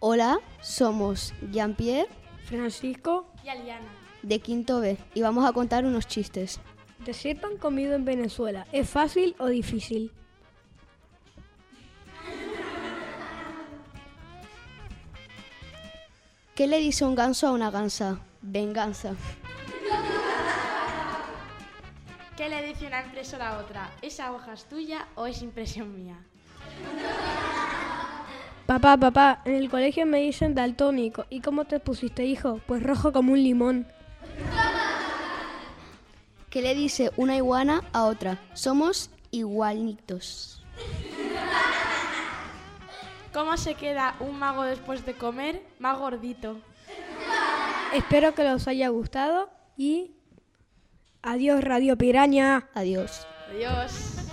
Hola, somos Jean-Pierre Francisco, y Aliana. de Quinto B y vamos a contar unos chistes. ¿te pan comido en Venezuela? ¿Es fácil o difícil? ¿Qué le dice un ganso a una gansa? Venganza. ¿Qué le dice una empresa a la otra? ¿Esa hoja es tuya o es impresión mía? Papá, papá, en el colegio me dicen daltónico. ¿Y cómo te pusiste, hijo? Pues rojo como un limón. ¿Qué le dice una iguana a otra? Somos igualitos. ¿Cómo se queda un mago después de comer? Más gordito. Espero que los haya gustado y... Adiós, Radio Piraña. Adiós. Adiós.